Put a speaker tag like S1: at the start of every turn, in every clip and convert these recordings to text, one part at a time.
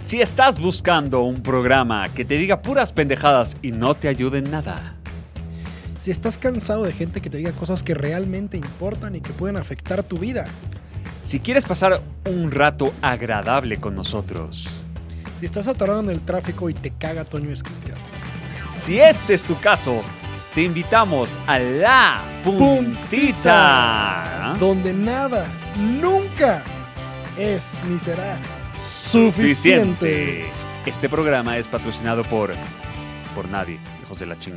S1: Si estás buscando un programa que te diga puras pendejadas y no te ayude en nada.
S2: Si estás cansado de gente que te diga cosas que realmente importan y que pueden afectar tu vida.
S1: Si quieres pasar un rato agradable con nosotros.
S2: Si estás atorado en el tráfico y te caga Toño Esquinca.
S1: Si este es tu caso, te invitamos a la puntita.
S2: Donde nada, nunca es ni será
S1: suficiente. Este programa es patrocinado por. por nadie, hijos de la chingada.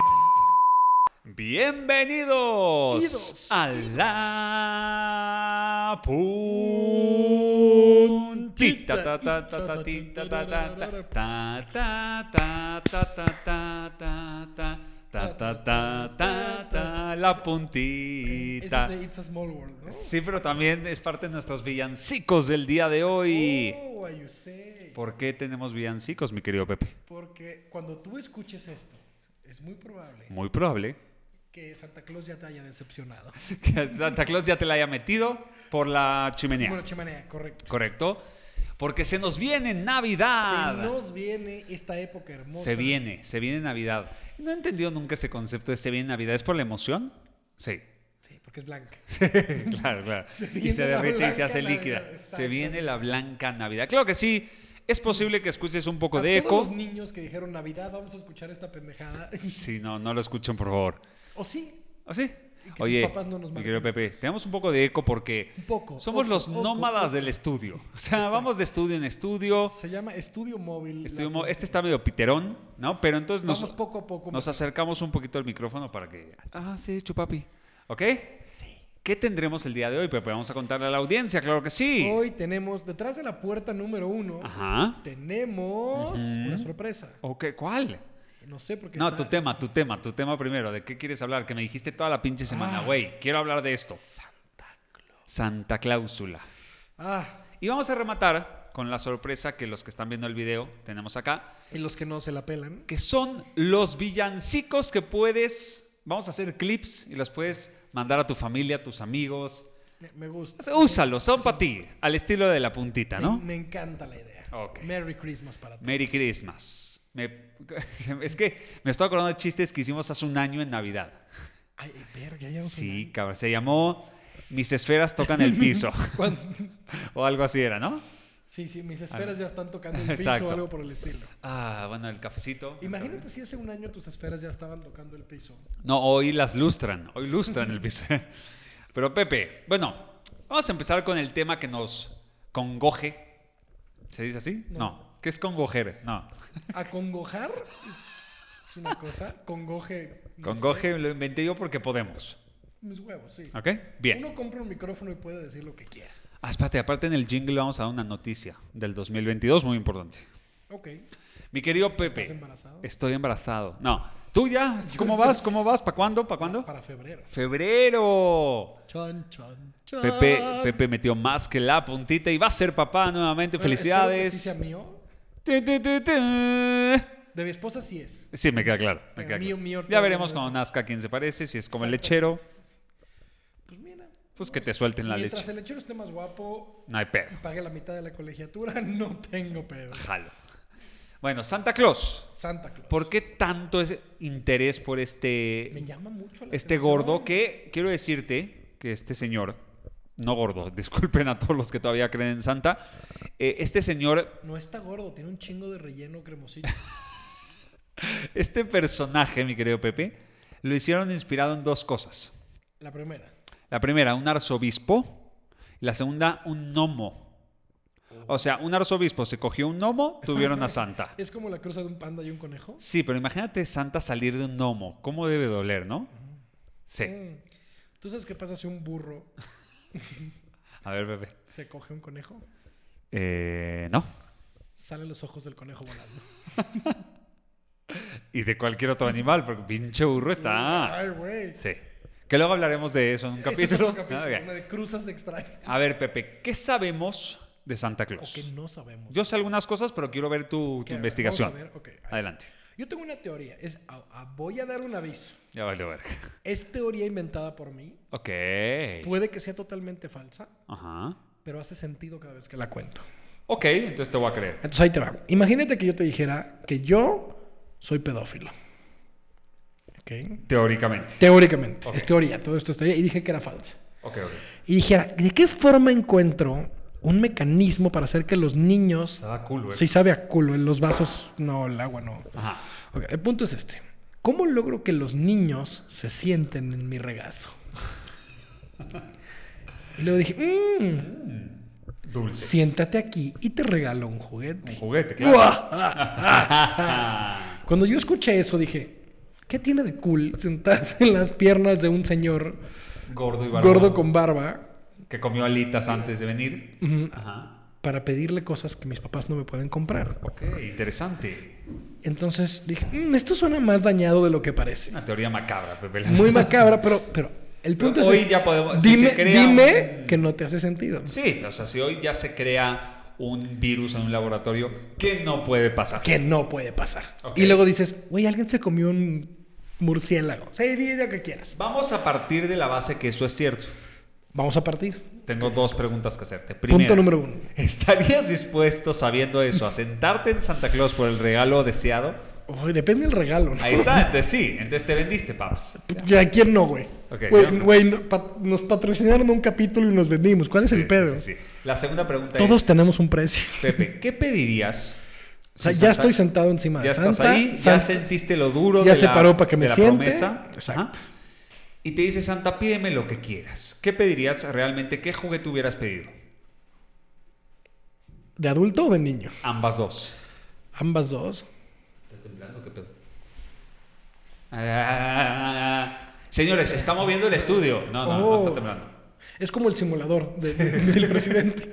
S1: Bienvenidos
S2: Idos,
S1: a la puntita. Ta, ta, ta, ta, ti, ta, ta, ta, ta, ta, ta, ta, ta, ta, ta, ta, ta, ta, ta, ta, ta, La puntita.
S2: Ese es de It's a Small World, ¿no?
S1: Sí, pero también es parte de nuestros villancicos del día de hoy.
S2: Oh, I say.
S1: ¿Por qué tenemos villancicos, mi querido Pepe?
S2: Porque cuando tú escuches esto, es muy probable
S1: Muy probable
S2: que Santa Claus ya te haya decepcionado.
S1: que Santa Claus ya te la haya metido por la
S2: Bueno,
S1: chimenea.
S2: chimanea, correcto.
S1: ¿Correcto? Porque se nos viene
S2: Se
S1: Navidad.
S2: nos viene esta época hermosa.
S1: Se viene, se viene Navidad. No he entendido nunca ese concepto de se viene Navidad. ¿Es por la emoción? Sí.
S2: Sí, porque es blanca.
S1: claro, claro. y
S2: viene
S1: se
S2: la
S1: derrite y se
S2: blanca
S1: hace
S2: Navidad,
S1: líquida. Se
S2: exactamente.
S1: viene la blanca Navidad. Claro que sí. Es posible que escuches un poco
S2: A
S1: de
S2: todos
S1: eco.
S2: los niños que dijeron Navidad, vamos a escuchar esta pendejada.
S1: Si no, no lo escuchen, por favor.
S2: o sí,
S1: ¿Ah, sí?
S2: Y que
S1: Oye,
S2: sus papás no nos
S1: mi querido
S2: marquen.
S1: Pepe, tenemos un poco de eco porque
S2: Un poco,
S1: somos
S2: oco,
S1: los
S2: oco,
S1: nómadas
S2: oco.
S1: del estudio. O sea, vamos de estudio en estudio.
S2: se llama Estudio Móvil.
S1: Estudio
S2: La-
S1: mo- este está medio piterón, ¿no? Pero entonces nos,
S2: Vamos poco a poco.
S1: nos acercamos un poquito al micrófono para que... Ah, sí, chupapi. ¿Ok? Sí. ¿Qué tendremos el día de hoy, Pepe? Vamos a contarle a la audiencia, claro que sí.
S2: Hoy tenemos, detrás de la puerta número uno,
S1: Ajá.
S2: tenemos
S1: Ujú.
S2: una sorpresa.
S1: Ok, ¿cuál?
S2: No sé por qué.
S1: No,
S2: está-
S1: tu tema, tu tema, tu tema primero. ¿De qué quieres hablar? Que me dijiste toda la pinche semana,
S2: Ah.
S1: güey. Quiero hablar de esto. Santa Cláusula.
S2: Ah,
S1: Y vamos a rematar con la sorpresa que los que están viendo el video tenemos acá,
S2: y los que no se la pelan.
S1: que son los villancicos que puedes, vamos a hacer clips y los puedes mandar a tu familia, a tus amigos.
S2: Me- Me gusta.
S1: Úsalos, son para ti, al estilo de la puntita, ¿no?
S2: Me, me encanta la idea.
S1: Ok.
S2: Merry Christmas para ti.
S1: Merry Christmas. Me- es que me estoy acordando de chistes que hicimos hace un año en Navidad.
S2: Ay, verga, ya llevamos un
S1: Sí,
S2: año.
S1: cabrón, se llamó Mis esferas tocan el piso
S2: Cuando-
S1: o algo así era, ¿no?
S2: Sí, sí, mis esferas ya están tocando el piso
S1: Exacto.
S2: o algo por el estilo.
S1: Ah, bueno, el cafecito.
S2: Imagínate si hace un año tus esferas ya estaban tocando el piso.
S1: No, hoy las lustran, hoy lustran el piso. Pero Pepe, bueno, vamos a empezar con el tema que nos congoje. ¿Se dice así? No.
S2: No.
S1: ¿Qué es congojer? No.
S2: Acongojar es una cosa. Congoje. no
S1: Congoje lo inventé yo porque podemos.
S2: sé, mis huevos, sí.
S1: ¿Ok? Bien.
S2: Uno compra un micrófono y puede decir lo que quiera.
S1: Ah, espérate, aparte en el jingle vamos a dar una noticia del 2022 muy importante.
S2: Ok.
S1: Mi querido Pepe.
S2: ¿Estás embarazado?
S1: Estoy embarazado. No. ¿Tú ya?
S2: Yo
S1: ¿Cómo
S2: estoy-
S1: vas? ¿Cómo vas? ¿Para cuándo? ¿Para cuándo?
S2: Para febrero.
S1: ¡Febrero!
S2: Chan, chan, chan.
S1: Pepe, Pepe metió más que la puntita y va a ser papá nuevamente.
S2: Bueno, espero que
S1: Felicidades.
S2: sí sea mío.
S1: Tu, tu, tu, tu.
S2: De mi esposa sí es.
S1: Sí, me queda claro. me
S2: Pero
S1: queda
S2: Eh, mío,
S1: claro.
S2: mío,
S1: ya
S2: todavía
S1: veremos
S2: no.
S1: cuando nazca quién se parece, si es como el
S2: Exacto.
S1: lechero,
S2: Pues mira.
S1: pues que te suelten la
S2: Mientras
S1: leche.
S2: el lechero esté más guapo
S1: No hay
S2: y
S1: pedo.
S2: pague la mitad de la colegiatura, no tengo pedo.
S1: Jalo. Bueno, Santa Claus.
S2: Santa Claus.
S1: ¿Por qué tanto es interés por
S2: Me
S1: este,
S2: llama mucho la
S1: este
S2: atención.
S1: gordo? Que quiero decirte que este señor, no gordo, disculpen a todos los que todavía creen en Santa, eh, este señor
S2: No está gordo, tiene un chingo de relleno cremosillo.
S1: Este personaje, mi querido Pepe, lo hicieron inspirado en dos cosas.
S2: La primera.
S1: La primera, un arzobispo. Y la segunda, un gnomo. O sea, un arzobispo se cogió un gnomo, tuvieron a Santa.
S2: Es como la cruza de un panda y un conejo.
S1: Sí, pero imagínate Santa salir de un gnomo. ¿Cómo debe doler, no? Sí.
S2: Mm. ¿Tú sabes qué pasa si un burro
S1: A ver, Pepe.
S2: se coge un conejo?
S1: Eh, no.
S2: Salen los ojos del conejo volando.
S1: Y de cualquier otro animal, porque pinche burro está.
S2: Ay, güey.
S1: Ah. Sí. Que luego hablaremos de eso en un
S2: Ese es otro
S1: capítulo.
S2: capítulo,
S1: Ah, ok.
S2: uno de cruzas extrañas.
S1: A ver, Pepe, ¿qué sabemos de Santa
S2: O
S1: Claus?
S2: que no sabemos.
S1: Yo sé algunas cosas, pero quiero ver tu, tu
S2: Que, a ver,
S1: investigación.
S2: vamos a ver, ok.
S1: Adelante.
S2: Yo tengo una teoría. Es, a- a- voy a dar un aviso.
S1: Ya vale, verga.
S2: Es teoría inventada por mí.
S1: Ok.
S2: Pues- Puede que sea totalmente falsa,
S1: Ajá.
S2: pero hace sentido cada vez que la cuento.
S1: Ok. Ok, entonces te voy a creer.
S2: Entonces ahí te va. Imagínate que yo te dijera que yo soy pedófilo. Ok.
S1: Teóricamente.
S2: Teóricamente.
S1: Ok.
S2: Es teoría, todo esto es teoría. Y dije que era falso.
S1: Ok, ok.
S2: Y dijera, ¿de qué forma encuentro un mecanismo para hacer que los niños...
S1: Estaba cool, Ah, güey.
S2: Sí sabe a culo, en los vasos no, el agua no.
S1: Ajá.
S2: Ok, el punto es este. ¿Cómo logro que los niños se sienten en mi regazo? Y luego dije, "Mm,
S1: Dulces.
S2: siéntate aquí y te regalo un juguete.
S1: Un juguete, claro.
S2: ¡Uah! Cuando yo escuché eso dije, ¿qué tiene de cool sentarse en las piernas de un señor
S1: Gordo y barbón.
S2: gordo con barba
S1: Que comió alitas antes de venir.
S2: Ujú.
S1: Ajá.
S2: para pedirle cosas que mis papás no me pueden comprar?
S1: Ok, interesante.
S2: Entonces dije, "Mm, esto suena más dañado de lo que parece.
S1: Una teoría macabra, Pepe.
S2: Muy macabra, pero, pero el
S1: Pero
S2: punto
S1: hoy
S2: es... este.
S1: ya podemos- si
S2: Dime,
S1: se crea
S2: dime
S1: un-
S2: que no te hace sentido.
S1: Sí, o sea, si hoy ya se crea un virus en un laboratorio, ¿qué no puede pasar?
S2: Que no puede pasar.
S1: Ok.
S2: Y luego dices, güey, alguien se comió un murciélago. Sí, di lo que quieras.
S1: Vamos a partir de la base que eso es cierto.
S2: Vamos a partir.
S1: Tengo dos preguntas que hacerte. Primera,
S2: Punto número uno.
S1: ¿estarías dispuesto, sabiendo eso, a sentarte en Santa Claus por el regalo deseado?
S2: Uy, depende del regalo. ¿no?
S1: Ahí está, entonces sí, entonces te vendiste, paps.
S2: ¿Y ¿A quién no, güey?
S1: Ok,
S2: Güey,
S1: yo-
S2: güey, no, pa- nos patrocinaron un capítulo y nos vendimos. ¿Cuál es
S1: Sí,
S2: el
S1: sí,
S2: pedo?
S1: sí, sí. La segunda pregunta
S2: Todos
S1: es,
S2: tenemos un precio.
S1: Pepe, ¿qué pedirías?
S2: O sea,
S1: si
S2: ya
S1: Santa-
S2: estoy sentado encima de
S1: Ya
S2: Santa.
S1: estás ahí, ya
S2: Santa-
S1: sentiste lo duro
S2: ya
S1: de
S2: se
S1: la,
S2: paró para que me
S1: de la
S2: siente.
S1: promesa.
S2: Exacto.
S1: Ajá. Y te dice Santa, pídeme lo que quieras. ¿Qué pedirías realmente? ¿Qué juguete hubieras pedido?
S2: ¿De adulto o de niño?
S1: Ambas dos.
S2: Ambas dos.
S1: ¿Está temblando? ¿Qué pedo? Ah, señores, se está moviendo el estudio. No, no, no
S2: Oh.
S1: está temblando.
S2: Es como el simulador de- del presidente.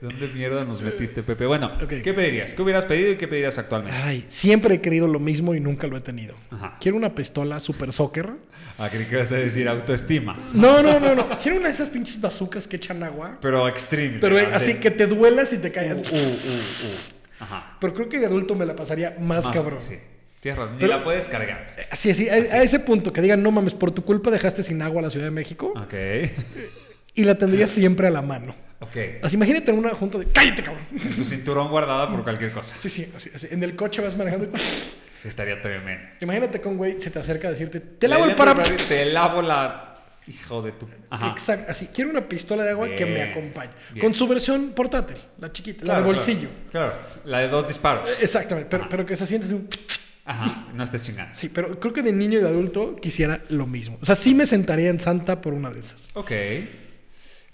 S1: ¿Dónde mierda nos metiste, Pepe? Bueno,
S2: Ok.
S1: ¿qué pedirías? ¿Qué hubieras pedido y qué pedirías actualmente?
S2: Ay, siempre he querido lo mismo y nunca lo he tenido.
S1: Ajá.
S2: Quiero una pistola super soccer.
S1: Ah, creí que ibas a decir autoestima.
S2: No, no, no, no. Quiero una de esas pinches bazucas que echan agua.
S1: Pero extreme.
S2: Pero eh,
S1: ¿verdad?
S2: así que te duelas y te
S1: Uh, uh,
S2: callas.
S1: uh, uh. Ajá.
S2: Pero creo que de adulto me la pasaría más,
S1: Más-
S2: cabrón.
S1: Sí. Tienes razón. Ni
S2: Pero-
S1: la puedes cargar.
S2: Así, así, a, a ese punto que digan, no mames, por tu culpa dejaste sin agua a la Ciudad de México
S1: Ok.
S2: y la tendría siempre a la mano.
S1: Ok.
S2: Así, imagínate en una junta de cállate, cabrón.
S1: Tu cinturón guardada por cualquier cosa.
S2: Sí, sí, así, así. En el coche vas manejando. y-
S1: Estaría tremendo.
S2: Imagínate con güey se te acerca a decirte, te lavo el
S1: Lele, por
S2: para.
S1: favor, Te lavo la... Hijo de tu... Ajá.
S2: Exacto, así. Quiero una pistola de agua que me
S1: Bien,
S2: acompañe.
S1: bien.
S2: Con su versión portátil, la chiquita, la de
S1: Claro,
S2: bolsillo.
S1: Claro, claro. La de dos disparos.
S2: Exactamente, pero,
S1: Ajá.
S2: pero que se siente así un-
S1: Ajá. No estés chingando.
S2: Sí, pero creo que de niño y de adulto quisiera lo mismo. O sea, sí me sentaría en Santa por una de esas.
S1: Ok.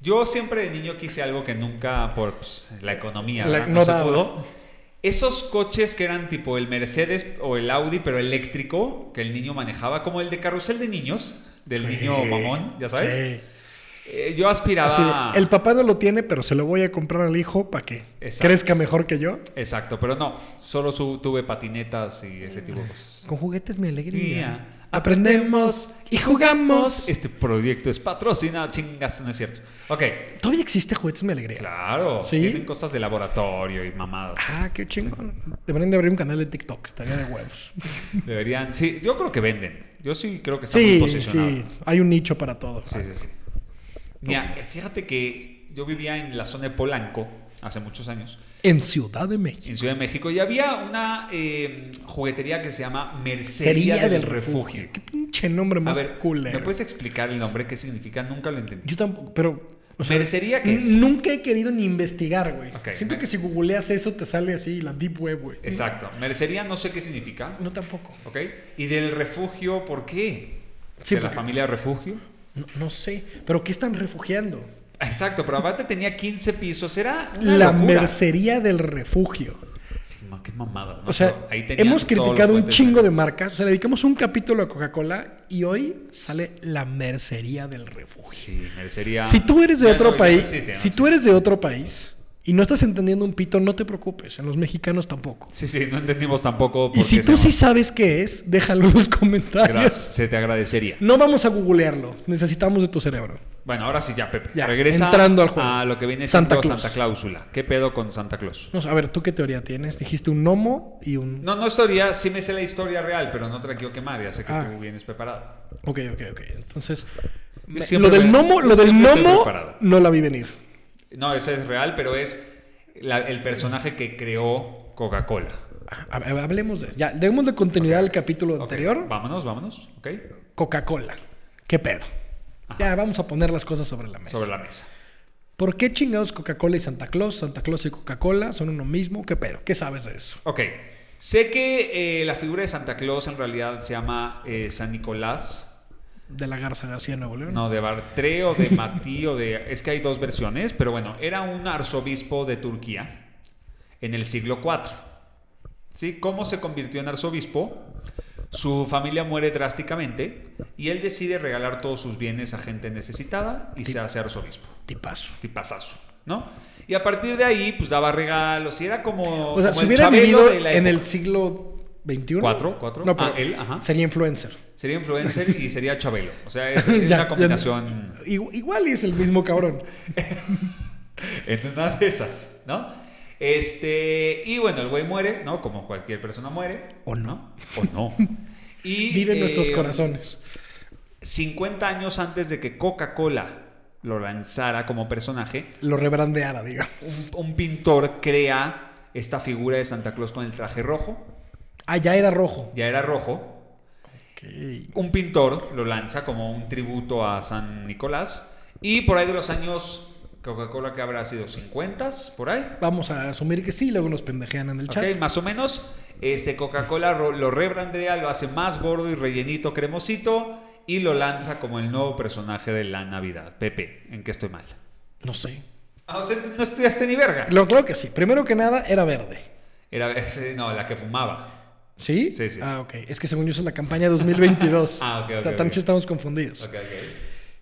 S1: Yo siempre de niño quise algo que nunca por pues, la economía
S2: La-
S1: ¿verdad?
S2: no
S1: no se
S2: daba.
S1: pudo. Esos coches que eran tipo el Mercedes o el Audi, pero eléctrico, que el niño manejaba, como el de carrusel de niños, del niño mamón, ya sabes.
S2: Sí.
S1: Eh, yo
S2: Así de,
S1: aspiraba.
S2: el papá no lo tiene, pero se lo voy a comprar al hijo para que
S1: Exacto.
S2: crezca mejor que yo.
S1: Exacto, pero no. Solo su- tuve patinetas y ese tipo de cosas.
S2: Con juguetes mi alegría.
S1: Mía.
S2: Aprendemos y jugamos.
S1: Este proyecto es patrocinado, chingas, no es cierto. Ok,
S2: Todavía existe juguetes mi alegría.
S1: claro.
S2: Sí.
S1: Tienen cosas de laboratorio y mamadas.
S2: Ah, qué chingón. Deberían de abrir un canal de TikTok. Estaría de huevos.
S1: Deberían, sí, yo creo que venden. Yo sí creo que está muy
S2: sí,
S1: posicionado.
S2: sí. Hay un nicho para todo.
S1: Sí, sí, sí. Mira, eh, fíjate que yo vivía en la zona de Polanco hace muchos años,
S2: En Ciudad de México.
S1: en Ciudad de México, y había una eh, juguetería que se llama Mercería
S2: Sería
S1: del, Refugio.
S2: Qué pinche nombre
S1: A
S2: más
S1: ver,
S2: culero.
S1: ¿me puedes explicar el nombre? ¿Qué significa? Nunca lo entendí.
S2: Yo tampoco, pero. o sea,
S1: ¿Mercería qué es?
S2: Nunca he querido ni investigar, güey.
S1: Ok.
S2: Siento que si googleas eso te sale así la deep web, güey.
S1: Exacto. Mercería no sé qué significa.
S2: No tampoco.
S1: ¿Ok? ¿Y del refugio por qué?
S2: Sí,
S1: ¿De la
S2: porque-
S1: familia refugio?
S2: No, no sé. ¿Pero qué están refugiando?
S1: Exacto, pero aparte tenía 15 pisos. Era una
S2: La
S1: locura.
S2: mercería del refugio.
S1: Sí, ma- qué mamada. ¿no?
S2: O sea,
S1: Ah, Pero ahí tenían
S2: hemos
S1: todos los
S2: criticado un
S1: juguetes.
S2: chingo de marcas. O sea, le dedicamos un capítulo a Coca-Cola y hoy sale la mercería del refugio.
S1: Sí, merecería.
S2: Si tú eres de
S1: Ya no-
S2: otro
S1: ya no
S2: país,
S1: existe, ¿no?
S2: si tú eres de otro país y no estás entendiendo un pito, no te preocupes. En los mexicanos tampoco.
S1: Sí, sí, no entendimos tampoco.
S2: Y
S1: por
S2: si
S1: qué
S2: tú
S1: se
S2: sí
S1: llama.
S2: sabes qué es, déjalo en los comentarios.
S1: Gra- Se te agradecería.
S2: No vamos a googlearlo. Necesitamos de tu cerebro.
S1: Bueno, ahora sí ya, Pepe.
S2: Ya,
S1: Regresa
S2: entrando al juego.
S1: a lo que viene
S2: Santa
S1: Santa
S2: Claus.
S1: Santa Clausula. ¿Qué pedo con Santa Claus?
S2: No, a ver, ¿tú qué teoría tienes? Dijiste un gnomo y un...
S1: No, no es teoría, sí me sé la historia real, pero no te la quiero quemar, ya sé que
S2: Ah.
S1: tú vienes preparado.
S2: Ok, ok, ok. Entonces, me-
S1: siempre
S2: lo del
S1: me-
S2: gnomo,
S1: yo
S2: lo del
S1: siempre estoy
S2: gnomo
S1: preparado.
S2: no la vi venir.
S1: No, eso es real, pero es la- el personaje que creó Coca-Cola.
S2: A- a- Hablemos de. Ya, demos de continuidad al capítulo
S1: Ok,
S2: anterior.
S1: Vámonos, vámonos, ¿ok?
S2: Coca-Cola. ¿Qué pedo? Ya, vamos a poner las cosas sobre la mesa.
S1: Sobre la mesa.
S2: ¿Por qué chingados Coca-Cola y Santa Claus? Santa Claus y Coca-Cola son uno mismo. ¿Qué pedo? ¿Qué sabes de eso?
S1: Ok. Sé que eh, la figura de Santa Claus en realidad se llama eh, San Nicolás.
S2: De la Garza García Nuevo León.
S1: No, de Bartré o de Matí o de... Es que hay dos versiones, pero bueno, era un arzobispo de Turquía en el siglo IV. ¿Sí? ¿Cómo se convirtió en arzobispo? Su familia muere drásticamente y él decide regalar todos sus bienes a gente necesitada y se hace arzobispo.
S2: Tipazo.
S1: Tipazazo, ¿no? Y a partir de ahí, pues daba regalos y era como...
S2: O sea,
S1: como
S2: si
S1: el
S2: hubiera
S1: Chabelo
S2: vivido
S1: de la
S2: en el
S1: época.
S2: siglo XXI.
S1: Cuatro, cuatro.
S2: No, pero
S1: Ah, él, ajá.
S2: sería influencer.
S1: Sería influencer y sería Chabelo. O sea, es, es
S2: Ya,
S1: una
S2: ya.
S1: combinación...
S2: Igu- Igual y es el mismo cabrón.
S1: En una de esas, ¿no? Este, y bueno, el güey muere, ¿no? Como cualquier persona muere.
S2: O no.
S1: O no. Y,
S2: Vive en nuestros
S1: eh,
S2: corazones.
S1: 50 años antes de que Coca-Cola lo lanzara como personaje,
S2: Lo rebrandeara, digamos.
S1: un, un pintor crea esta figura de Santa Claus con el traje rojo.
S2: Ah, ya era rojo.
S1: Ya era rojo,
S2: Ok.
S1: un pintor lo lanza como un tributo a San Nicolás. Y por ahí de los años, Coca-Cola que habrá sido 50, por ahí.
S2: Vamos a asumir que sí, luego nos pendejean en el chat.
S1: Ok, más o menos. Este Coca-Cola ro- lo rebrandea, lo hace más gordo y rellenito, cremosito. Y lo lanza como el nuevo personaje de la Navidad. Pepe, ¿en qué estoy mal?
S2: No sé.
S1: Ah, o sea, no estudiaste ni verga.
S2: Lo claro que sí. Primero que nada, era verde.
S1: Era, ese, no, la que fumaba.
S2: ¿Sí?
S1: Sí, sí.
S2: Ah, ok. Es que según yo eso es la campaña 2022.
S1: Ah, ok, ok,
S2: Ta- También
S1: ok.
S2: estamos confundidos.
S1: Ok, ok.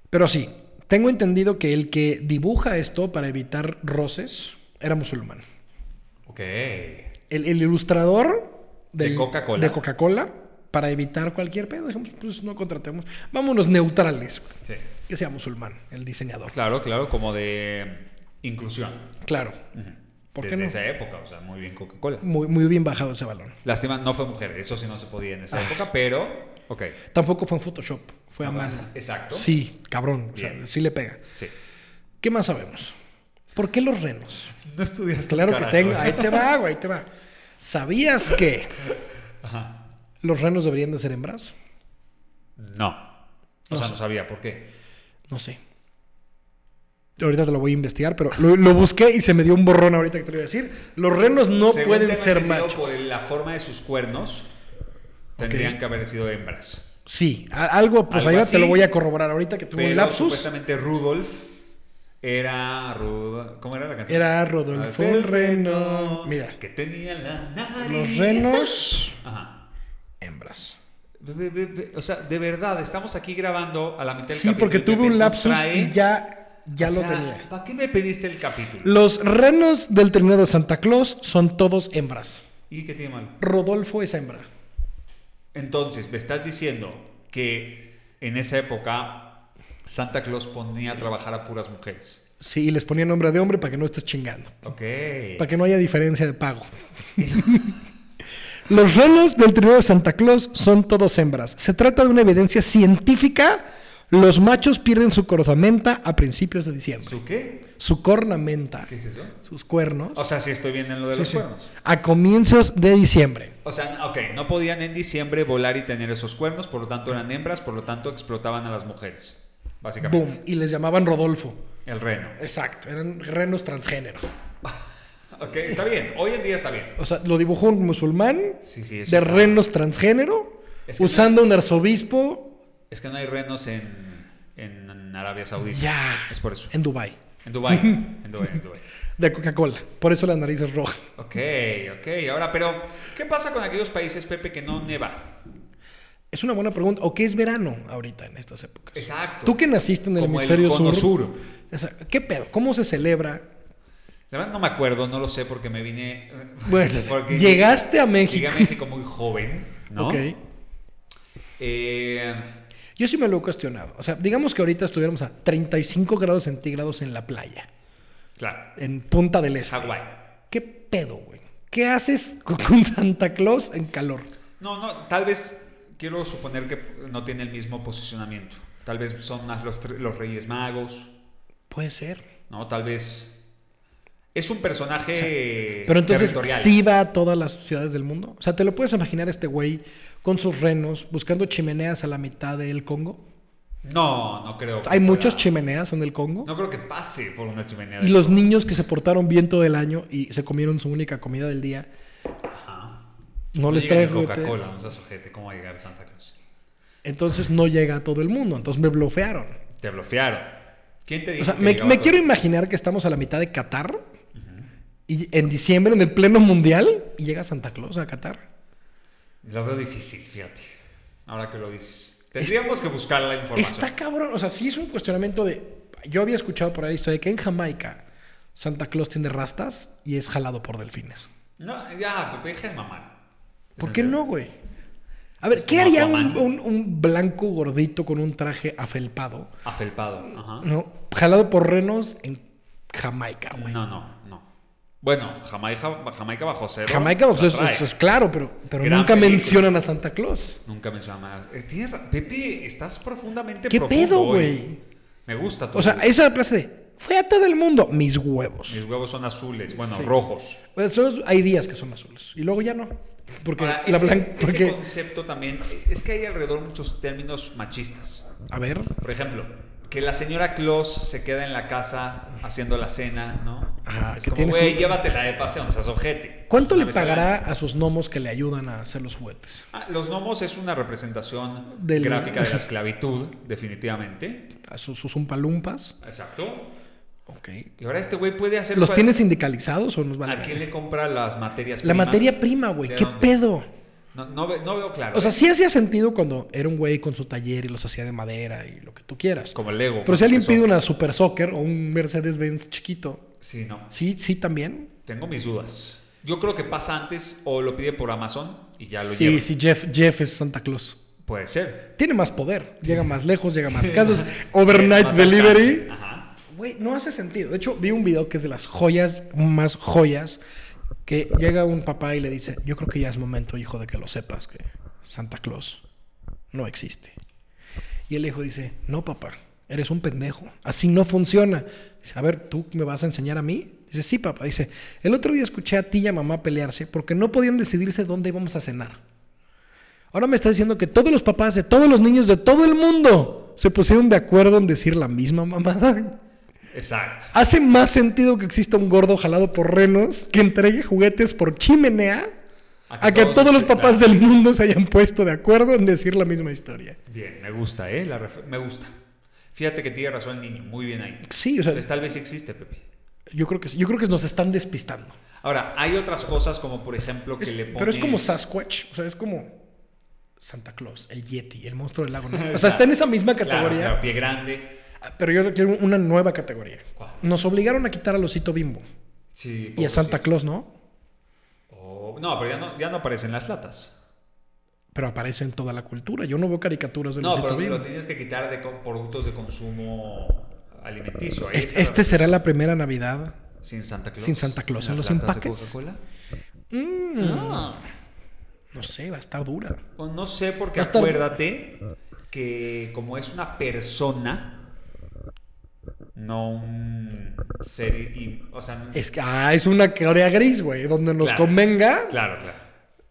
S2: Pero sí, tengo entendido que el que dibuja esto para evitar roces era musulmán.
S1: Ok.
S2: El, el ilustrador del-
S1: De Coca-Cola.
S2: de Coca-Cola, para evitar cualquier pedo, dijimos, pues no contratemos. Vámonos neutrales, güey.
S1: Sí.
S2: que sea musulmán, el diseñador.
S1: Claro, claro, como de inclusión.
S2: Claro.
S1: Ujú.
S2: ¿Por qué
S1: Desde
S2: no?
S1: esa época, o sea, muy bien Coca-Cola.
S2: Muy, muy bien bajado ese balón.
S1: Lástima, no fue mujer, eso sí no se podía en esa época, pero. Ok.
S2: Tampoco fue en Photoshop, Ah. fue a mano.
S1: Exacto.
S2: Sí, cabrón. o sea,
S1: Ah, Bien.
S2: sí le pega.
S1: Sí.
S2: ¿Qué más sabemos? ¿Por qué los renos?
S1: No estudiaste.
S2: Claro
S1: carajo.
S2: que tengo. Ahí te va, güey, ahí te va. ¿Sabías que
S1: Ajá.
S2: los renos deberían de ser hembras?
S1: No. O
S2: No
S1: sea,
S2: sé.
S1: no sabía por qué.
S2: No sé. Ahorita te lo voy a investigar, pero lo, lo busqué y se me dio un borrón ahorita que te lo iba a decir. Los renos no
S1: Según
S2: pueden
S1: tengo
S2: ser
S1: entendido,
S2: machos.
S1: Por la forma de sus cuernos, tendrían que haber sido hembras.
S2: Sí, a- algo, pues
S1: Algo
S2: ahí va, te
S1: así.
S2: lo voy a corroborar ahorita que tuvo
S1: Pero
S2: un lapsus.
S1: supuestamente Rudolf era. Rud- ¿Cómo era la canción?
S2: Era Rodolfo
S1: Aquel
S2: el reno. Mira,
S1: Que tenía la nariz.
S2: los renos,
S1: Ajá.
S2: hembras.
S1: Ve- ve- ve- ve- O sea, de verdad, estamos aquí grabando a la mitad del
S2: Sí,
S1: capítulo.
S2: porque
S1: y
S2: tuve
S1: Pepe
S2: un
S1: no
S2: lapsus
S1: trae-
S2: y ya, ya
S1: o
S2: lo
S1: sea,
S2: tenía.
S1: ¿Para qué me pediste el capítulo?
S2: Los renos del terminado de Santa Claus son todos hembras.
S1: ¿Y qué tiene mal?
S2: Rodolfo es hembra.
S1: Entonces, me estás diciendo que en esa época Santa Claus ponía a trabajar a puras mujeres.
S2: Sí, y les ponía nombre de hombre para que no estés chingando.
S1: Ok.
S2: Para que no haya diferencia de pago. Los renos del trineo de Santa Claus son todos hembras. Se trata de una evidencia científica. Los machos pierden su cornamenta a principios de diciembre.
S1: ¿Su qué?
S2: Su cornamenta,
S1: ¿Qué es eso?
S2: sus cuernos,
S1: O sea, sí estoy viendo en lo de
S2: sí,
S1: los
S2: sí,
S1: cuernos.
S2: a comienzos de diciembre.
S1: O sea, ok, no podían en diciembre volar y tener esos cuernos, por lo tanto eran hembras, por lo tanto explotaban a las mujeres, básicamente.
S2: Boom. Y les llamaban Rodolfo.
S1: El reno.
S2: Exacto, eran renos transgénero.
S1: Ok, está bien, hoy en día está bien.
S2: O sea, lo dibujó un musulmán
S1: Sí, sí, eso
S2: de
S1: está-
S2: renos transgénero
S1: Es que
S2: usando un arzobispo
S1: Es que no hay renos en, en Arabia Saudita.
S2: Ya.
S1: Es por eso.
S2: en Dubái.
S1: En Dubái. En Dubái, en Dubái.
S2: De Coca-Cola. Por eso la nariz es roja.
S1: Ok, ok. Ahora, pero, ¿qué pasa con aquellos países, Pepe, que no neva?
S2: Es una buena pregunta. ¿O qué es verano ahorita en estas épocas?
S1: Exacto.
S2: Tú que naciste en el
S1: Como el
S2: hemisferio
S1: cono
S2: sur.
S1: sur.
S2: Esa- ¿Qué pedo? ¿Cómo se celebra?
S1: La verdad no me acuerdo, no lo sé, porque me vine... eh,
S2: Bueno,
S1: Llegué
S2: llegaste a
S1: a
S2: México.
S1: México muy joven, ¿no?
S2: Ok.
S1: Eh,
S2: Yo sí me lo he cuestionado. O sea, digamos que ahorita estuviéramos a 35 grados centígrados en la playa,
S1: claro,
S2: en Punta del Este.
S1: Hawái.
S2: ¿Qué pedo, güey? ¿Qué haces con- con Santa Claus en calor?
S1: No, no, tal vez quiero suponer que no tiene el mismo posicionamiento. Tal vez son más los, tre- los Reyes Magos,
S2: Puede ser.
S1: ¿no? Tal vez Es un personaje
S2: Pero entonces,
S1: territorial.
S2: ¿sí va a todas las ciudades del mundo? O sea, ¿te lo puedes imaginar a este güey con sus renos buscando chimeneas a la mitad del Congo?
S1: No, no creo. que
S2: Hay muchas
S1: pueda.
S2: chimeneas en el Congo.
S1: No creo que pase por una chimenea.
S2: Y los niños que se portaron bien todo el año y se comieron su única comida del día,
S1: Ajá.
S2: no, les
S1: llega ni
S2: traigo
S1: Coca-Cola, no seas ojete, ¿Cómo va a llegar Santa Claus?
S2: Entonces no llega a todo el mundo. Entonces me bloquearon.
S1: Te bloquearon. ¿Quién te dijo?
S2: O sea,
S1: que
S2: me,
S1: llegaba
S2: me
S1: todo?
S2: quiero imaginar que estamos a la mitad de Qatar y en diciembre, en el pleno mundial, y llega Santa Claus a Qatar.
S1: Lo veo difícil, fíjate. Ahora que lo dices. Tendríamos que buscar la información.
S2: Está cabrón. O sea, sí es un cuestionamiento de. Yo había escuchado por ahí, de que en Jamaica Santa Claus tiene rastas y es jalado por delfines.
S1: No, ya, Pepe, deja de mamar.
S2: ¿Por
S1: Es
S2: qué
S1: en serio.
S2: no, güey? A ver, ¿qué
S1: como
S2: haría un,
S1: Aquaman.
S2: un- un blanco gordito con un traje afelpado,
S1: Afelpado. Ajá.
S2: ¿no? Jalado por renos en Jamaica, güey.
S1: No, no, no. Bueno, Jamaica, Jamaica bajo cero.
S2: Jamaica, pues,
S1: la
S2: eso,
S1: trae.
S2: eso es claro, pero, pero
S1: Gran
S2: nunca
S1: película.
S2: mencionan a Santa Claus.
S1: Nunca me llamas. Eh, tienes ra- Pepe, estás profundamente
S2: ¿Qué
S1: profundo
S2: pedo,
S1: hoy.
S2: güey?
S1: Me gusta tu
S2: O sea,
S1: luz.
S2: esa clase de. Fue a todo el mundo. Mis huevos.
S1: Mis huevos son azules, bueno,
S2: Sí.
S1: rojos.
S2: Pues, solo hay días que son azules. Y luego ya no. Porque
S1: Ahora,
S2: la
S1: ese,
S2: blan-
S1: ese
S2: Porque.
S1: concepto también, es que hay alrededor muchos términos machistas.
S2: A ver.
S1: Por ejemplo, que la señora Claus se queda en la casa haciendo la cena, ¿no?
S2: Ajá,
S1: es
S2: Ah, que
S1: como,
S2: tienes
S1: güey,
S2: un-
S1: llévatela de paseo, no seas ojete.
S2: ¿Cuánto
S1: Una
S2: le
S1: vez al
S2: pagará
S1: año.
S2: a sus gnomos que le ayudan a hacer los juguetes?
S1: Ah, los gnomos es una representación
S2: Del-
S1: gráfica de la esclavitud, definitivamente.
S2: ¿A sus, sus umpalumpas?
S1: Exacto.
S2: Ok.
S1: Y ahora este güey puede hacer...
S2: ¿Los
S1: cual-
S2: tiene sindicalizados o nos vale?
S1: ¿A quién
S2: verga?
S1: le compra las materias
S2: La
S1: primas?
S2: materia prima, güey.
S1: ¿De
S2: ¿Qué
S1: dónde?
S2: pedo?
S1: No, no ve- no veo claro.
S2: O sea,
S1: ¿eh?
S2: sí hacía sentido cuando era un güey con su taller y los hacía de madera y lo que tú quieras.
S1: Como el Lego.
S2: Pero si alguien
S1: que son-
S2: pide una Super Soccer o un Mercedes-Benz chiquito,
S1: Sí, no.
S2: sí, sí también.
S1: Tengo mis dudas. Yo creo que pasa antes o lo pide por Amazon y ya lo
S2: Sí,
S1: lleva.
S2: sí, Jeff, Jeff es Santa Claus.
S1: Puede ser.
S2: Tiene más poder, llega más lejos, llega más
S1: Sí,
S2: casas, overnight
S1: más
S2: delivery.
S1: alcance. Ajá.
S2: Güey, no hace sentido. De hecho, vi un video que es de las joyas más joyas, que llega un papá y le dice, yo creo que ya es momento, hijo, de que lo sepas, que Santa Claus no existe. Y el hijo dice, no, papá, eres un pendejo, así no funciona. Dice, a ver, ¿tú me vas a enseñar a mí? Dice, sí, papá. Dice, el otro día escuché a ti y a mamá pelearse porque no podían decidirse dónde íbamos a cenar. Ahora me está diciendo que todos los papás de todos los niños de todo el mundo se pusieron de acuerdo en decir la misma mamada.
S1: Exacto.
S2: Hace más sentido que exista un gordo jalado por renos que entregue juguetes por chimenea a que todos los papás del mundo se hayan puesto de acuerdo en decir la misma historia.
S1: Bien, me gusta, ¿eh? La ref- Me gusta. Fíjate que tiene razón el niño. Muy bien ahí.
S2: Sí, o sea,
S1: Pues tal vez sí existe, Pepe.
S2: yo creo que sí. yo creo que nos están despistando.
S1: Ahora, hay otras cosas como, por ejemplo, que
S2: Es-
S1: le ponen...
S2: pero es como Sasquatch, o sea, es como Santa Claus, el Yeti, el monstruo del lago. Ness. O sea, está en esa misma
S1: Claro,
S2: categoría,
S1: claro, pie grande.
S2: pero yo quiero una nueva categoría.
S1: ¿Cuál?
S2: Nos obligaron a quitar al osito Bimbo
S1: Sí,
S2: y a Santa
S1: pobrecito.
S2: Claus, ¿no?
S1: Oh, no, pero ya no, ya no aparecen las latas.
S2: Pero aparece en toda la cultura. Yo no veo caricaturas del
S1: No,
S2: osito
S1: pero
S2: Bimbo.
S1: lo tienes que quitar de co- productos de consumo alimenticio. Ahí está
S2: Este,
S1: la
S2: este será la primera Navidad.
S1: Sin Santa Claus.
S2: Sin Santa Claus, en
S1: las
S2: los
S1: latas de
S2: empaques.
S1: Coca-Cola.
S2: Mm, No sé, va a estar dura.
S1: O No sé, porque
S2: Va a estar-
S1: acuérdate que como es una persona, no un ser. y- o sea,
S2: Es que ah, es una área gris, güey. Donde nos
S1: Claro.
S2: convenga,
S1: claro, claro.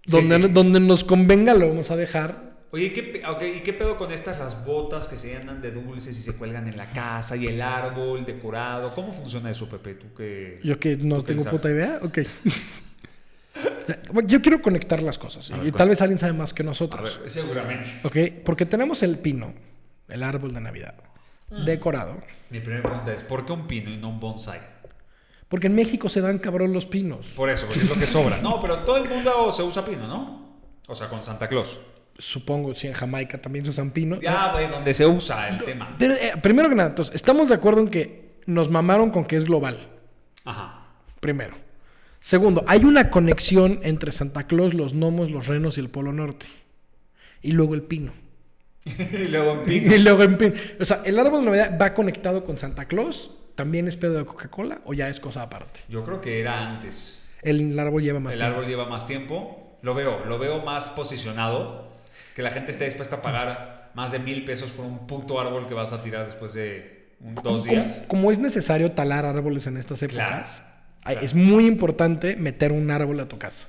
S1: Sí,
S2: donde,
S1: sí.
S2: donde nos convenga lo vamos a dejar.
S1: Oye, ¿qué, pe- ok, ¿y qué pedo con estas las botas que se llenan de dulces y se cuelgan en la casa y el árbol decorado? ¿Cómo funciona eso, Pepe? Tú que.
S2: Yo que no
S1: ¿Tú qué
S2: tengo
S1: sabes?
S2: puta idea, ok. Yo quiero conectar las cosas.
S1: A ver,
S2: y
S1: cuenta.
S2: tal vez alguien sabe más que
S1: A
S2: nosotros.
S1: ver, seguramente.
S2: Ok, porque tenemos el pino, el árbol de Navidad, decorado.
S1: Mi primera pregunta es: ¿por qué un pino y no un bonsai?
S2: Porque en México se dan cabrón los pinos.
S1: Por eso, porque es lo que sobra. No, pero todo el mundo se usa pino, ¿no? O sea, con Santa Claus.
S2: Supongo, si en Jamaica también se usan pinos.
S1: Ya, güey, donde se usa el tema.
S2: Pero, eh, primero que nada, entonces, estamos de acuerdo en que nos mamaron con que es global.
S1: Ajá.
S2: Primero. Segundo, hay una conexión entre Santa Claus, los gnomos, los renos y el Polo Norte. Y luego el pino.
S1: y luego en pino.
S2: Y luego en pino. O sea, el árbol de Navidad va conectado con Santa Claus. ¿También es pedo de Coca-Cola o ya es cosa aparte?
S1: Yo creo que era antes.
S2: El árbol lleva más
S1: el
S2: tiempo.
S1: árbol lleva más tiempo. Lo veo, lo veo más posicionado. Que la gente esté dispuesta a pagar más de mil pesos por un puto árbol que vas a tirar después de un-
S2: Como-
S1: dos
S2: como,
S1: días.
S2: como es necesario talar árboles en estas
S1: Claro.
S2: épocas, Ay, Es muy importante meter un árbol a tu casa.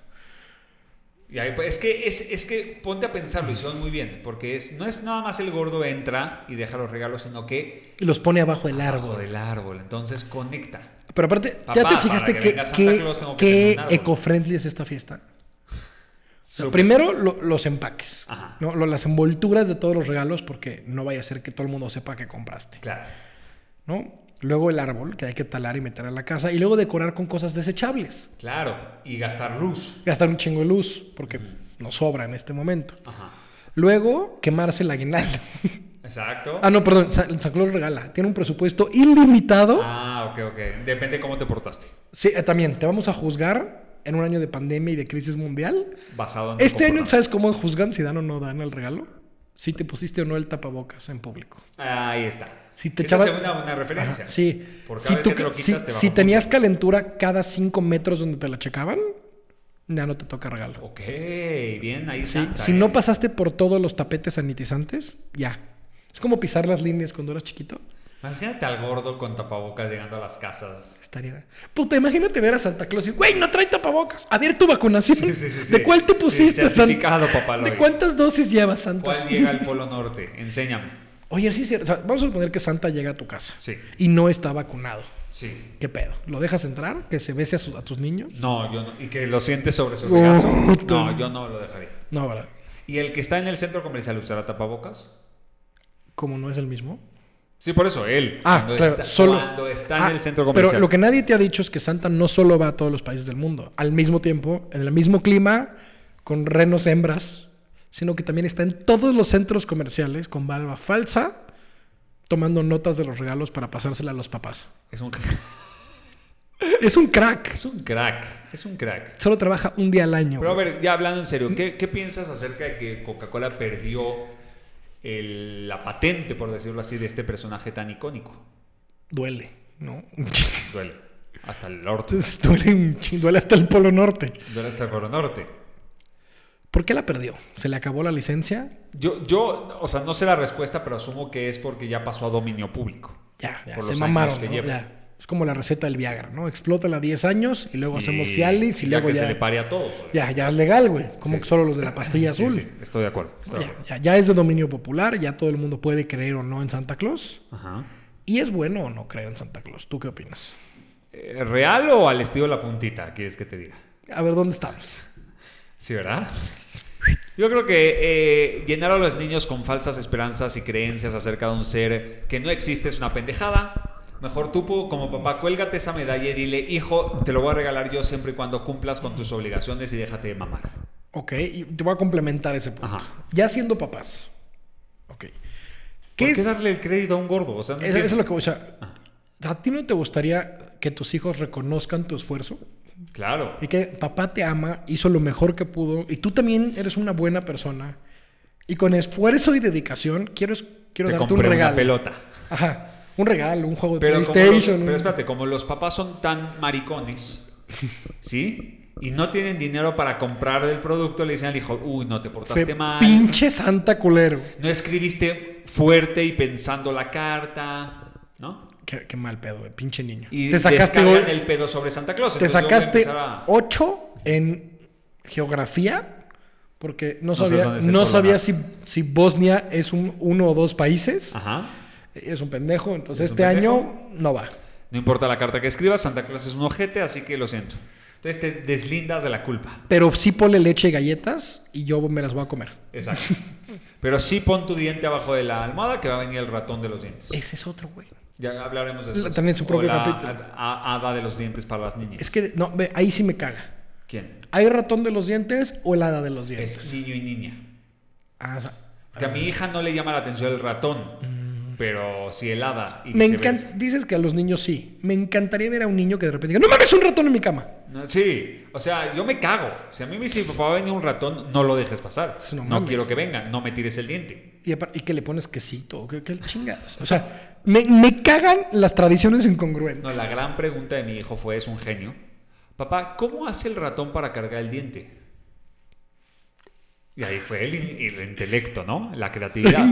S1: Y ahí, pues, es, que, es, es que ponte a pensarlo, y son muy bien, porque es, no es nada más el gordo entra y deja los regalos, sino que
S2: Y los pone abajo del
S1: abajo
S2: árbol.
S1: del árbol, entonces conecta.
S2: Pero aparte, ¿ya
S1: Papá,
S2: te
S1: para
S2: fijaste
S1: que
S2: que,
S1: venga Santa
S2: que-
S1: Claus tengo que
S2: qué
S1: tener un árbol?
S2: eco-friendly es esta fiesta? O sea,
S1: Súper.
S2: primero, lo- los empaques.
S1: Ajá.
S2: ¿no? Lo- las envolturas de todos los regalos, porque no vaya a ser que todo el mundo sepa que compraste.
S1: Claro.
S2: ¿no? Luego el árbol, que hay que talar y meter a la casa. Y luego decorar con cosas desechables.
S1: Claro, y gastar luz.
S2: Gastar un chingo de luz, porque nos sobra en este momento.
S1: Ajá.
S2: Luego, quemarse el aguinaldo.
S1: Exacto.
S2: ah, no, perdón. Sa- San Claus regala. Tiene un presupuesto ilimitado.
S1: Ah, ok, ok. Depende cómo te portaste.
S2: Sí, eh, también te vamos a juzgar en un año de pandemia y de crisis mundial.
S1: Basado en. tu
S2: Este año,
S1: comportamiento.
S2: ¿sabes cómo juzgan si dan o no dan el regalo? Si te pusiste o no el tapabocas en público.
S1: Ahí está.
S2: Si te
S1: Esa
S2: echaba-
S1: es una buena referencia.
S2: Ajá, sí.
S1: Por cada
S2: Si,
S1: vez
S2: tú
S1: que te
S2: que-
S1: lo
S2: si-
S1: quitas, te baja
S2: si
S1: un
S2: tenías calentura cada 5 metros donde te la checaban, ya no te toca
S1: punto.
S2: regalo.
S1: Ok, bien, ahí
S2: Sí,
S1: Santa,
S2: si
S1: eh.
S2: no pasaste por todos los tapetes sanitizantes, ya. Es como pisar las líneas cuando eras chiquito.
S1: Imagínate al gordo con tapabocas llegando a las casas.
S2: Estaría. Puta, imagínate ver a Santa Claus y, güey, no trae tapabocas. A ver tu vacunación.
S1: Sí, sí, sí, sí.
S2: ¿De cuál te
S1: Sí,
S2: pusiste,
S1: certificado, papá, lo
S2: ¿De
S1: vi.
S2: cuántas dosis llevas, Santa?
S1: ¿Cuál llega al Polo Norte? Enséñame.
S2: Oye, sí, es cierto. O sea, vamos a suponer que Santa llega a tu casa
S1: Sí.
S2: y no está vacunado.
S1: Sí.
S2: ¿Qué pedo? ¿Lo dejas entrar? ¿Que se bese a, sus- a tus niños?
S1: No, yo no. Y que lo siente sobre su
S2: Oh,
S1: regazo.
S2: tú-
S1: No, yo no lo dejaría.
S2: No, ¿verdad?
S1: ¿Y el que está en el centro comercial usará tapabocas?
S2: Como no es el mismo.
S1: Sí, por eso, él.
S2: Ah,
S1: Cuando
S2: claro,
S1: está-
S2: solo.
S1: Cuando está
S2: Ah,
S1: en el centro comercial.
S2: Pero lo que nadie te ha dicho es que Santa no solo va a todos los países del mundo, al mismo tiempo, en el mismo clima, con renos hembras, sino que también está en todos los centros comerciales con barba falsa, tomando notas de los regalos para pasársela a los papás.
S1: Es un,
S2: Es un crack.
S1: es un crack. Es un crack.
S2: Solo trabaja un día al año.
S1: Pero a
S2: güey.
S1: ver, ya hablando en
S2: Mm.
S1: serio, ¿qué, qué piensas acerca de que Coca-Cola perdió el- la patente, por decirlo así, de este personaje tan icónico?
S2: Duele, ¿no?
S1: Duele. Hasta el norte.
S2: Entonces, duele un chingo, duele hasta el Polo Norte.
S1: Duele hasta el Polo Norte.
S2: ¿Por qué la perdió? ¿Se le acabó la licencia?
S1: Yo, yo, o sea, no sé la respuesta, pero asumo que es porque ya pasó a dominio público.
S2: Ya, ya,
S1: Por
S2: se
S1: los
S2: mamaron.
S1: años que
S2: ¿no?
S1: lleva.
S2: Ya. Es como la receta del Viagra, ¿no? Explótala 10 años y luego hacemos Cialis y
S1: ya
S2: luego
S1: que
S2: ya.
S1: se le pare a todos. oye.
S2: ya, ya es legal, güey. Como
S1: Sí,
S2: que solo los de la pastilla
S1: Sí,
S2: azul.
S1: sí, estoy de acuerdo. estoy de
S2: Ya,
S1: acuerdo.
S2: ya, ya es de dominio popular, ya todo el mundo puede creer o no en Santa Claus.
S1: Ajá.
S2: ¿Y es bueno o no creer en Santa Claus? ¿Tú qué opinas?
S1: Eh, ¿Real o al estilo la puntita? ¿Quieres que te diga?
S2: A ver, ¿dónde estamos?
S1: Sí, ¿verdad? Yo creo que eh, llenar a los niños con falsas esperanzas y creencias acerca de un ser que no existe es una pendejada. Mejor tú, pu- como papá, cuélgate esa medalla y dile, hijo, te lo voy a regalar yo siempre y cuando cumplas con tus obligaciones y déjate de mamar.
S2: Ok, y te voy a complementar ese punto.
S1: Ajá.
S2: Ya siendo papás. Ok.
S1: ¿Por ¿Qué
S2: ¿Qué es?
S1: darle el crédito a un gordo? O sea, no
S2: Eso, eso es
S1: entiendo.
S2: lo que voy a
S1: Ah.
S2: ¿A ti no te gustaría que tus hijos reconozcan tu esfuerzo?
S1: Claro.
S2: Y que papá te ama, hizo lo mejor que pudo, y tú también eres una buena persona. Y con esfuerzo y dedicación, quiero, quiero
S1: te
S2: darte un
S1: compré una
S2: regalo.
S1: pelota.
S2: Ajá, un regalo, un juego de
S1: Pero, como los-
S2: PlayStation. un-
S1: pero espérate, como los papás son tan maricones, ¿sí? Y no tienen dinero para comprar el producto, le dicen al hijo, uy, no te
S2: Fue
S1: portaste mal.
S2: pinche santa culero.
S1: No escribiste fuerte y pensando la carta, ¿no?
S2: Qué, qué mal pedo, güey, pinche niño.
S1: Y
S2: te sacaste,
S1: descargan
S2: o-
S1: el pedo sobre Santa Claus.
S2: te
S1: entonces yo voy a
S2: sacaste
S1: empezar a-
S2: 8 en geografía, porque no
S1: No sabes
S2: sabía,
S1: dónde es el
S2: no
S1: Polo
S2: sabía
S1: Norte.
S2: si, si Bosnia es un, uno o dos países.
S1: Ajá.
S2: Es un pendejo, entonces
S1: Ah. Es un
S2: este
S1: pendejo.
S2: año no va.
S1: No importa la carta que escribas, Santa Claus es un ojete, así que lo siento. Entonces te deslindas de la culpa.
S2: Pero sí ponle leche y galletas y yo me las voy a comer.
S1: Exacto. Pero sí pon tu diente abajo de la almohada que va a venir el ratón de los dientes.
S2: Ese es otro, güey.
S1: Ya hablaremos de
S2: La- también su propio capítulo.
S1: hada de los dientes para las niñas.
S2: Es que, no, ve, ahí sí me caga.
S1: ¿Quién?
S2: ¿Hay ratón de los dientes o el hada de los dientes?
S1: Es niño y niña.
S2: Ah, o sea,
S1: Porque a mi hija no le llama la atención el ratón, pero sí el hada. y
S2: me
S1: viceversa.
S2: encanta. Dices que a los niños sí. Me encantaría ver a un niño que de repente diga, no mames, un ratón en mi cama.
S1: No, sí, o sea, yo me cago. Si a mí me dice, papá, va a venir un ratón, no lo dejes pasar.
S2: Pues No
S1: No,
S2: mames.
S1: quiero que venga, no me tires el diente.
S2: Y, apar- y que le pones quesito, que, que chingas. O sea, me, me cagan las tradiciones incongruentes.
S1: No, la gran pregunta de mi hijo fue, es un genio. Papá, ¿cómo hace el ratón para cargar el diente? Y ahí fue el, in- el intelecto, ¿no? La creatividad.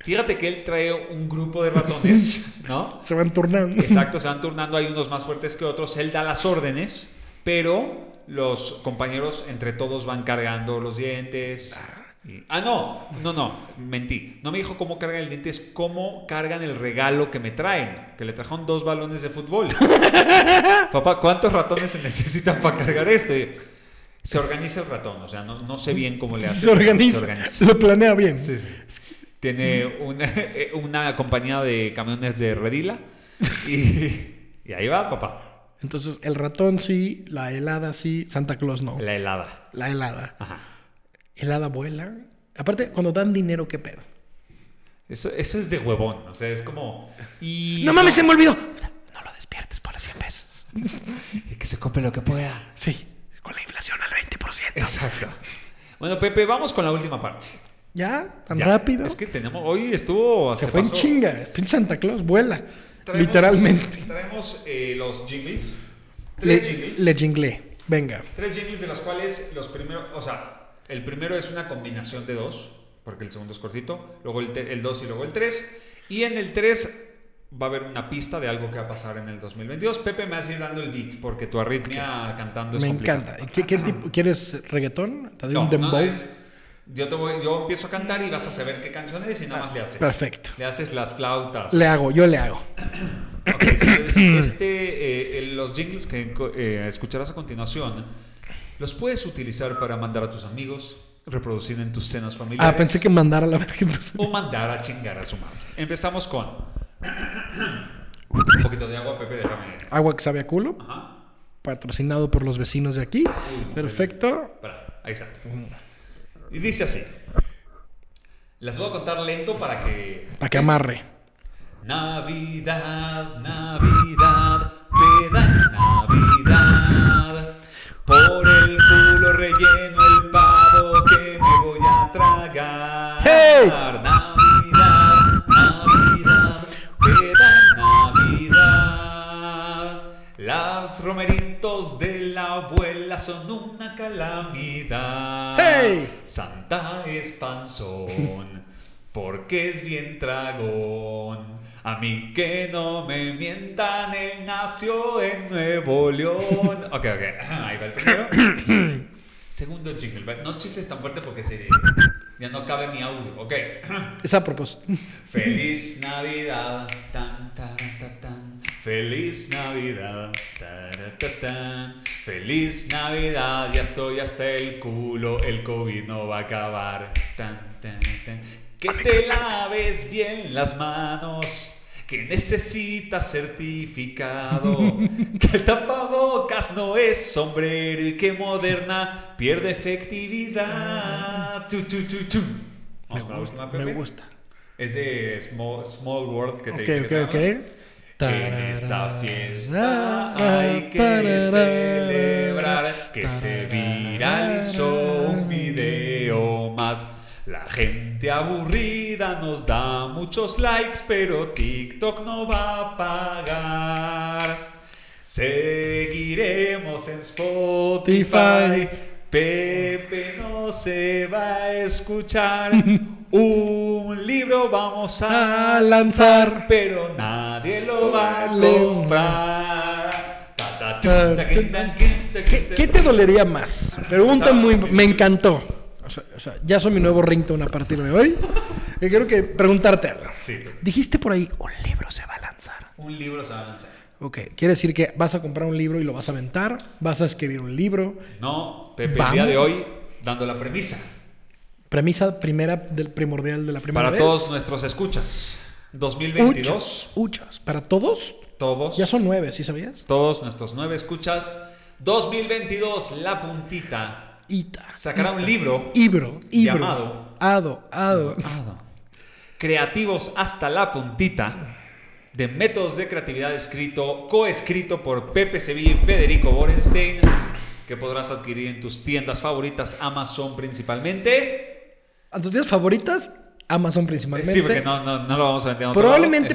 S1: Fíjate que él trae un grupo de ratones, ¿no?
S2: Se van turnando.
S1: Exacto, se van turnando, hay unos más fuertes que otros, él da las órdenes, pero los compañeros entre todos van cargando los dientes. Y- Ah, no, no, no, mentí. No me dijo cómo cargan el diente, es cómo cargan el regalo que me traen, que le trajeron dos balones de fútbol. Papá, ¿cuántos ratones se necesitan para cargar esto? Y se organiza el ratón, o sea, no, no sé bien cómo le hace.
S2: Se organiza. Lo planea bien.
S1: Sí, sí. Tiene una, eh, una compañía de camiones de redila y, y ahí va, papá.
S2: Entonces, el ratón sí, la helada sí, Santa Claus no.
S1: La helada.
S2: La helada.
S1: Ajá.
S2: Helada vuela. Aparte, cuando dan dinero, ¿qué pedo?
S1: Eso, eso es de huevón, o sea, es como... Y
S2: No mames, se me olvidó. No lo despiertes por las 100 pesos. em-
S1: Y que se compre lo que pueda.
S2: Sí, con la inflación al 20%.
S1: Exacto. Bueno, Pepe, vamos con la última parte.
S2: ¿Ya? ¿Tan
S1: Ya.
S2: rápido?
S1: Es que tenemos... Hoy estuvo...
S2: se, fue en
S1: pasó.
S2: chinga. Pinche Santa Claus vuela.
S1: Traemos-
S2: Literalmente.
S1: Traemos eh, los jingles. Tres
S2: Le,
S1: jingles.
S2: le jinglé. Venga.
S1: Tres jingles de los cuales los primeros, o sea, el primero es una combinación de dos, porque el segundo es cortito, luego el, te- el dos y luego el tres. Y en el tres va a haber una pista de algo que va a pasar en el 2022. Pepe me hace ir dando el beat, porque tu arritmia cantando es
S2: Me
S1: complicada.
S2: encanta. ¿Qué, qué tipo- ¿Quieres reggaetón? ¿Te doy
S1: No,
S2: un
S1: no,
S2: dembow?
S1: no, es- yo, te voy- yo empiezo a cantar y vas a saber qué canción es y nada más le haces.
S2: Perfecto.
S1: Le haces las flautas.
S2: Le hago, yo le hago.
S1: Ok, entonces, este, eh, el- los jingles que co- eh, escucharás a continuación los puedes utilizar para mandar a tus amigos, reproducir en tus cenas familiares
S2: Ah, pensé que mandara a la verga entonces.
S1: o mandar a chingar a su madre. Empezamos con un poquito de agua, Pepe, déjame.
S2: Agua que sabe a culo,
S1: Ajá.
S2: patrocinado por los vecinos de aquí. Perfecto.
S1: Espera, ahí está. Y dice así. Las voy a contar lento para que
S2: Para que amarre.
S1: Navidad, Navidad, me dan Navidad. Por el culo relleno el pavo que me voy a tragar.
S2: ¡Hey!
S1: Navidad, Navidad, me dan Navidad. Las romeritos de la abuela son una calamidad.
S2: ¡Hey!
S1: Santa es panzón, porque es bien tragón. A mí que no me mientan, él nació en Nuevo León. Ok, ok, ahí va el primero. Segundo jingle, va- no chifles tan fuerte porque se, ya no cabe mi audio. Ok.
S2: Es a propósito.
S1: Feliz Navidad, tan, tan, tan, tan. Feliz Navidad, tan, tan, tan. Feliz Navidad, ya estoy hasta el culo, el COVID no va a acabar. Tan, tan, tan. Que te laves bien las manos. Que necesitas certificado, que el tapabocas no es sombrero y que moderna pierde efectividad. Tu, tu, tu, tu.
S2: Me
S1: Vamos con la última,
S2: gusta. Me
S1: Pepe.
S2: gusta.
S1: Es de Small, Small World que te
S2: Ok,
S1: dije
S2: ok,
S1: que
S2: ok.
S1: te amo. En esta fiesta
S2: Ah,
S1: hay que
S2: Tarara,
S1: celebrar que se
S2: tarara,
S1: viralizó un video más. La gente aburrida nos da muchos likes, pero TikTok no va a pagar. Seguiremos en Spotify. Pepe no se va a escuchar. Un libro vamos a
S2: A lanzar.
S1: pero nadie lo va a
S2: Vale.
S1: comprar. Ta, ta, tun, ta, quin, tan, quin, ta, quin,
S2: ¿Qué,
S1: ta,
S2: qué te dolería más? Pregunta muy... Me encantó. O sea, o sea, ya soy mi nuevo ringtone a partir de hoy. Y quiero que preguntarte algo.
S1: Sí.
S2: Dijiste por ahí, un libro se va a lanzar.
S1: Un libro se va a lanzar.
S2: Ok, quiere decir que vas a comprar un libro y lo vas a aventar, vas a escribir un libro.
S1: No, Pepe, el
S2: Vamos.
S1: día de hoy dando la premisa
S2: Premisa primera del primordial de la primera
S1: para
S2: vez.
S1: todos nuestros escuchas. 2022,
S2: Uchas, uchas. ¿Para todos?
S1: todos,
S2: Ya son nueve, ¿sí sabías?
S1: todos nuestros nueve escuchas. 2022, la puntita
S2: Ita.
S1: sacará un libro
S2: Ibro, Ibro.
S1: Llamado.
S2: Ado, Ado.
S1: Creativos hasta la puntita de métodos de creatividad escrito, coescrito por Pepe Sevilla y Federico Borenstein, que podrás adquirir en tus tiendas favoritas, Amazon principalmente. Eh,
S2: ¿A tus días favoritas? Amazon principalmente.
S1: Sí, porque no, no, no lo vamos a vender. a otro
S2: Probablemente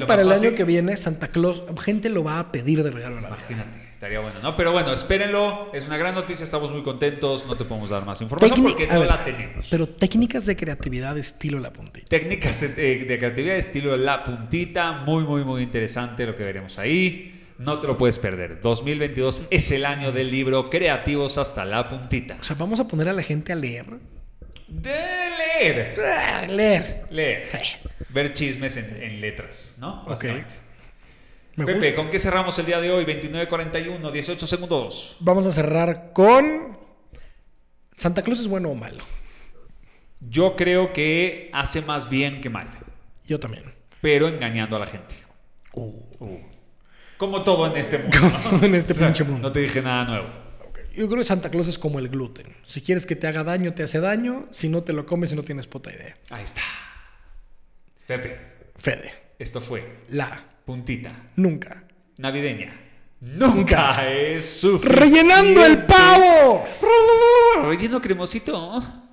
S1: lado, es lo
S2: para el
S1: más
S2: año
S1: fácil.
S2: que viene, Santa Claus, gente lo va a pedir de regalo a la Navidad.
S1: Imagínate, estaría bueno, ¿no? Pero bueno, espérenlo. Es una gran noticia, estamos muy contentos. No te podemos dar más información
S2: Técnic-
S1: porque
S2: a
S1: no
S2: ver,
S1: la tenemos.
S2: Pero técnicas de creatividad, estilo la puntita.
S1: Técnicas de, de- de creatividad estilo La Puntita. Muy, muy, muy interesante lo que veremos ahí. No te lo puedes perder. 2022 es el año del libro Creativos hasta la Puntita.
S2: O sea, vamos a poner a la gente a leer.
S1: De leer.
S2: Ah, Leer. Eh,
S1: Leer.
S2: Sí.
S1: Ver chismes en, en letras, ¿no? Básicamente.
S2: Me
S1: Pepe,
S2: gusta.
S1: ¿con qué cerramos el día de hoy? 29.41, 18 segundos.
S2: Vamos a cerrar con. ¿Santa Claus es bueno o malo?
S1: Yo creo que hace más bien que mal,
S2: Yo también.
S1: pero engañando a la gente.
S2: Uh.
S1: Como todo en este mundo.
S2: Como en este
S1: O sea,
S2: pinche mundo.
S1: No te dije nada nuevo.
S2: Yo creo que Santa Claus es como el gluten. Si quieres que te haga daño, te hace daño. Si no te lo comes, no tienes puta idea.
S1: Ahí está. Pepe,
S2: Fede,
S1: esto fue
S2: la,
S1: puntita
S2: nunca.
S1: navideña. Nunca es suficiente.
S2: ¡Rellenando el pavo!
S1: Relleno cremosito.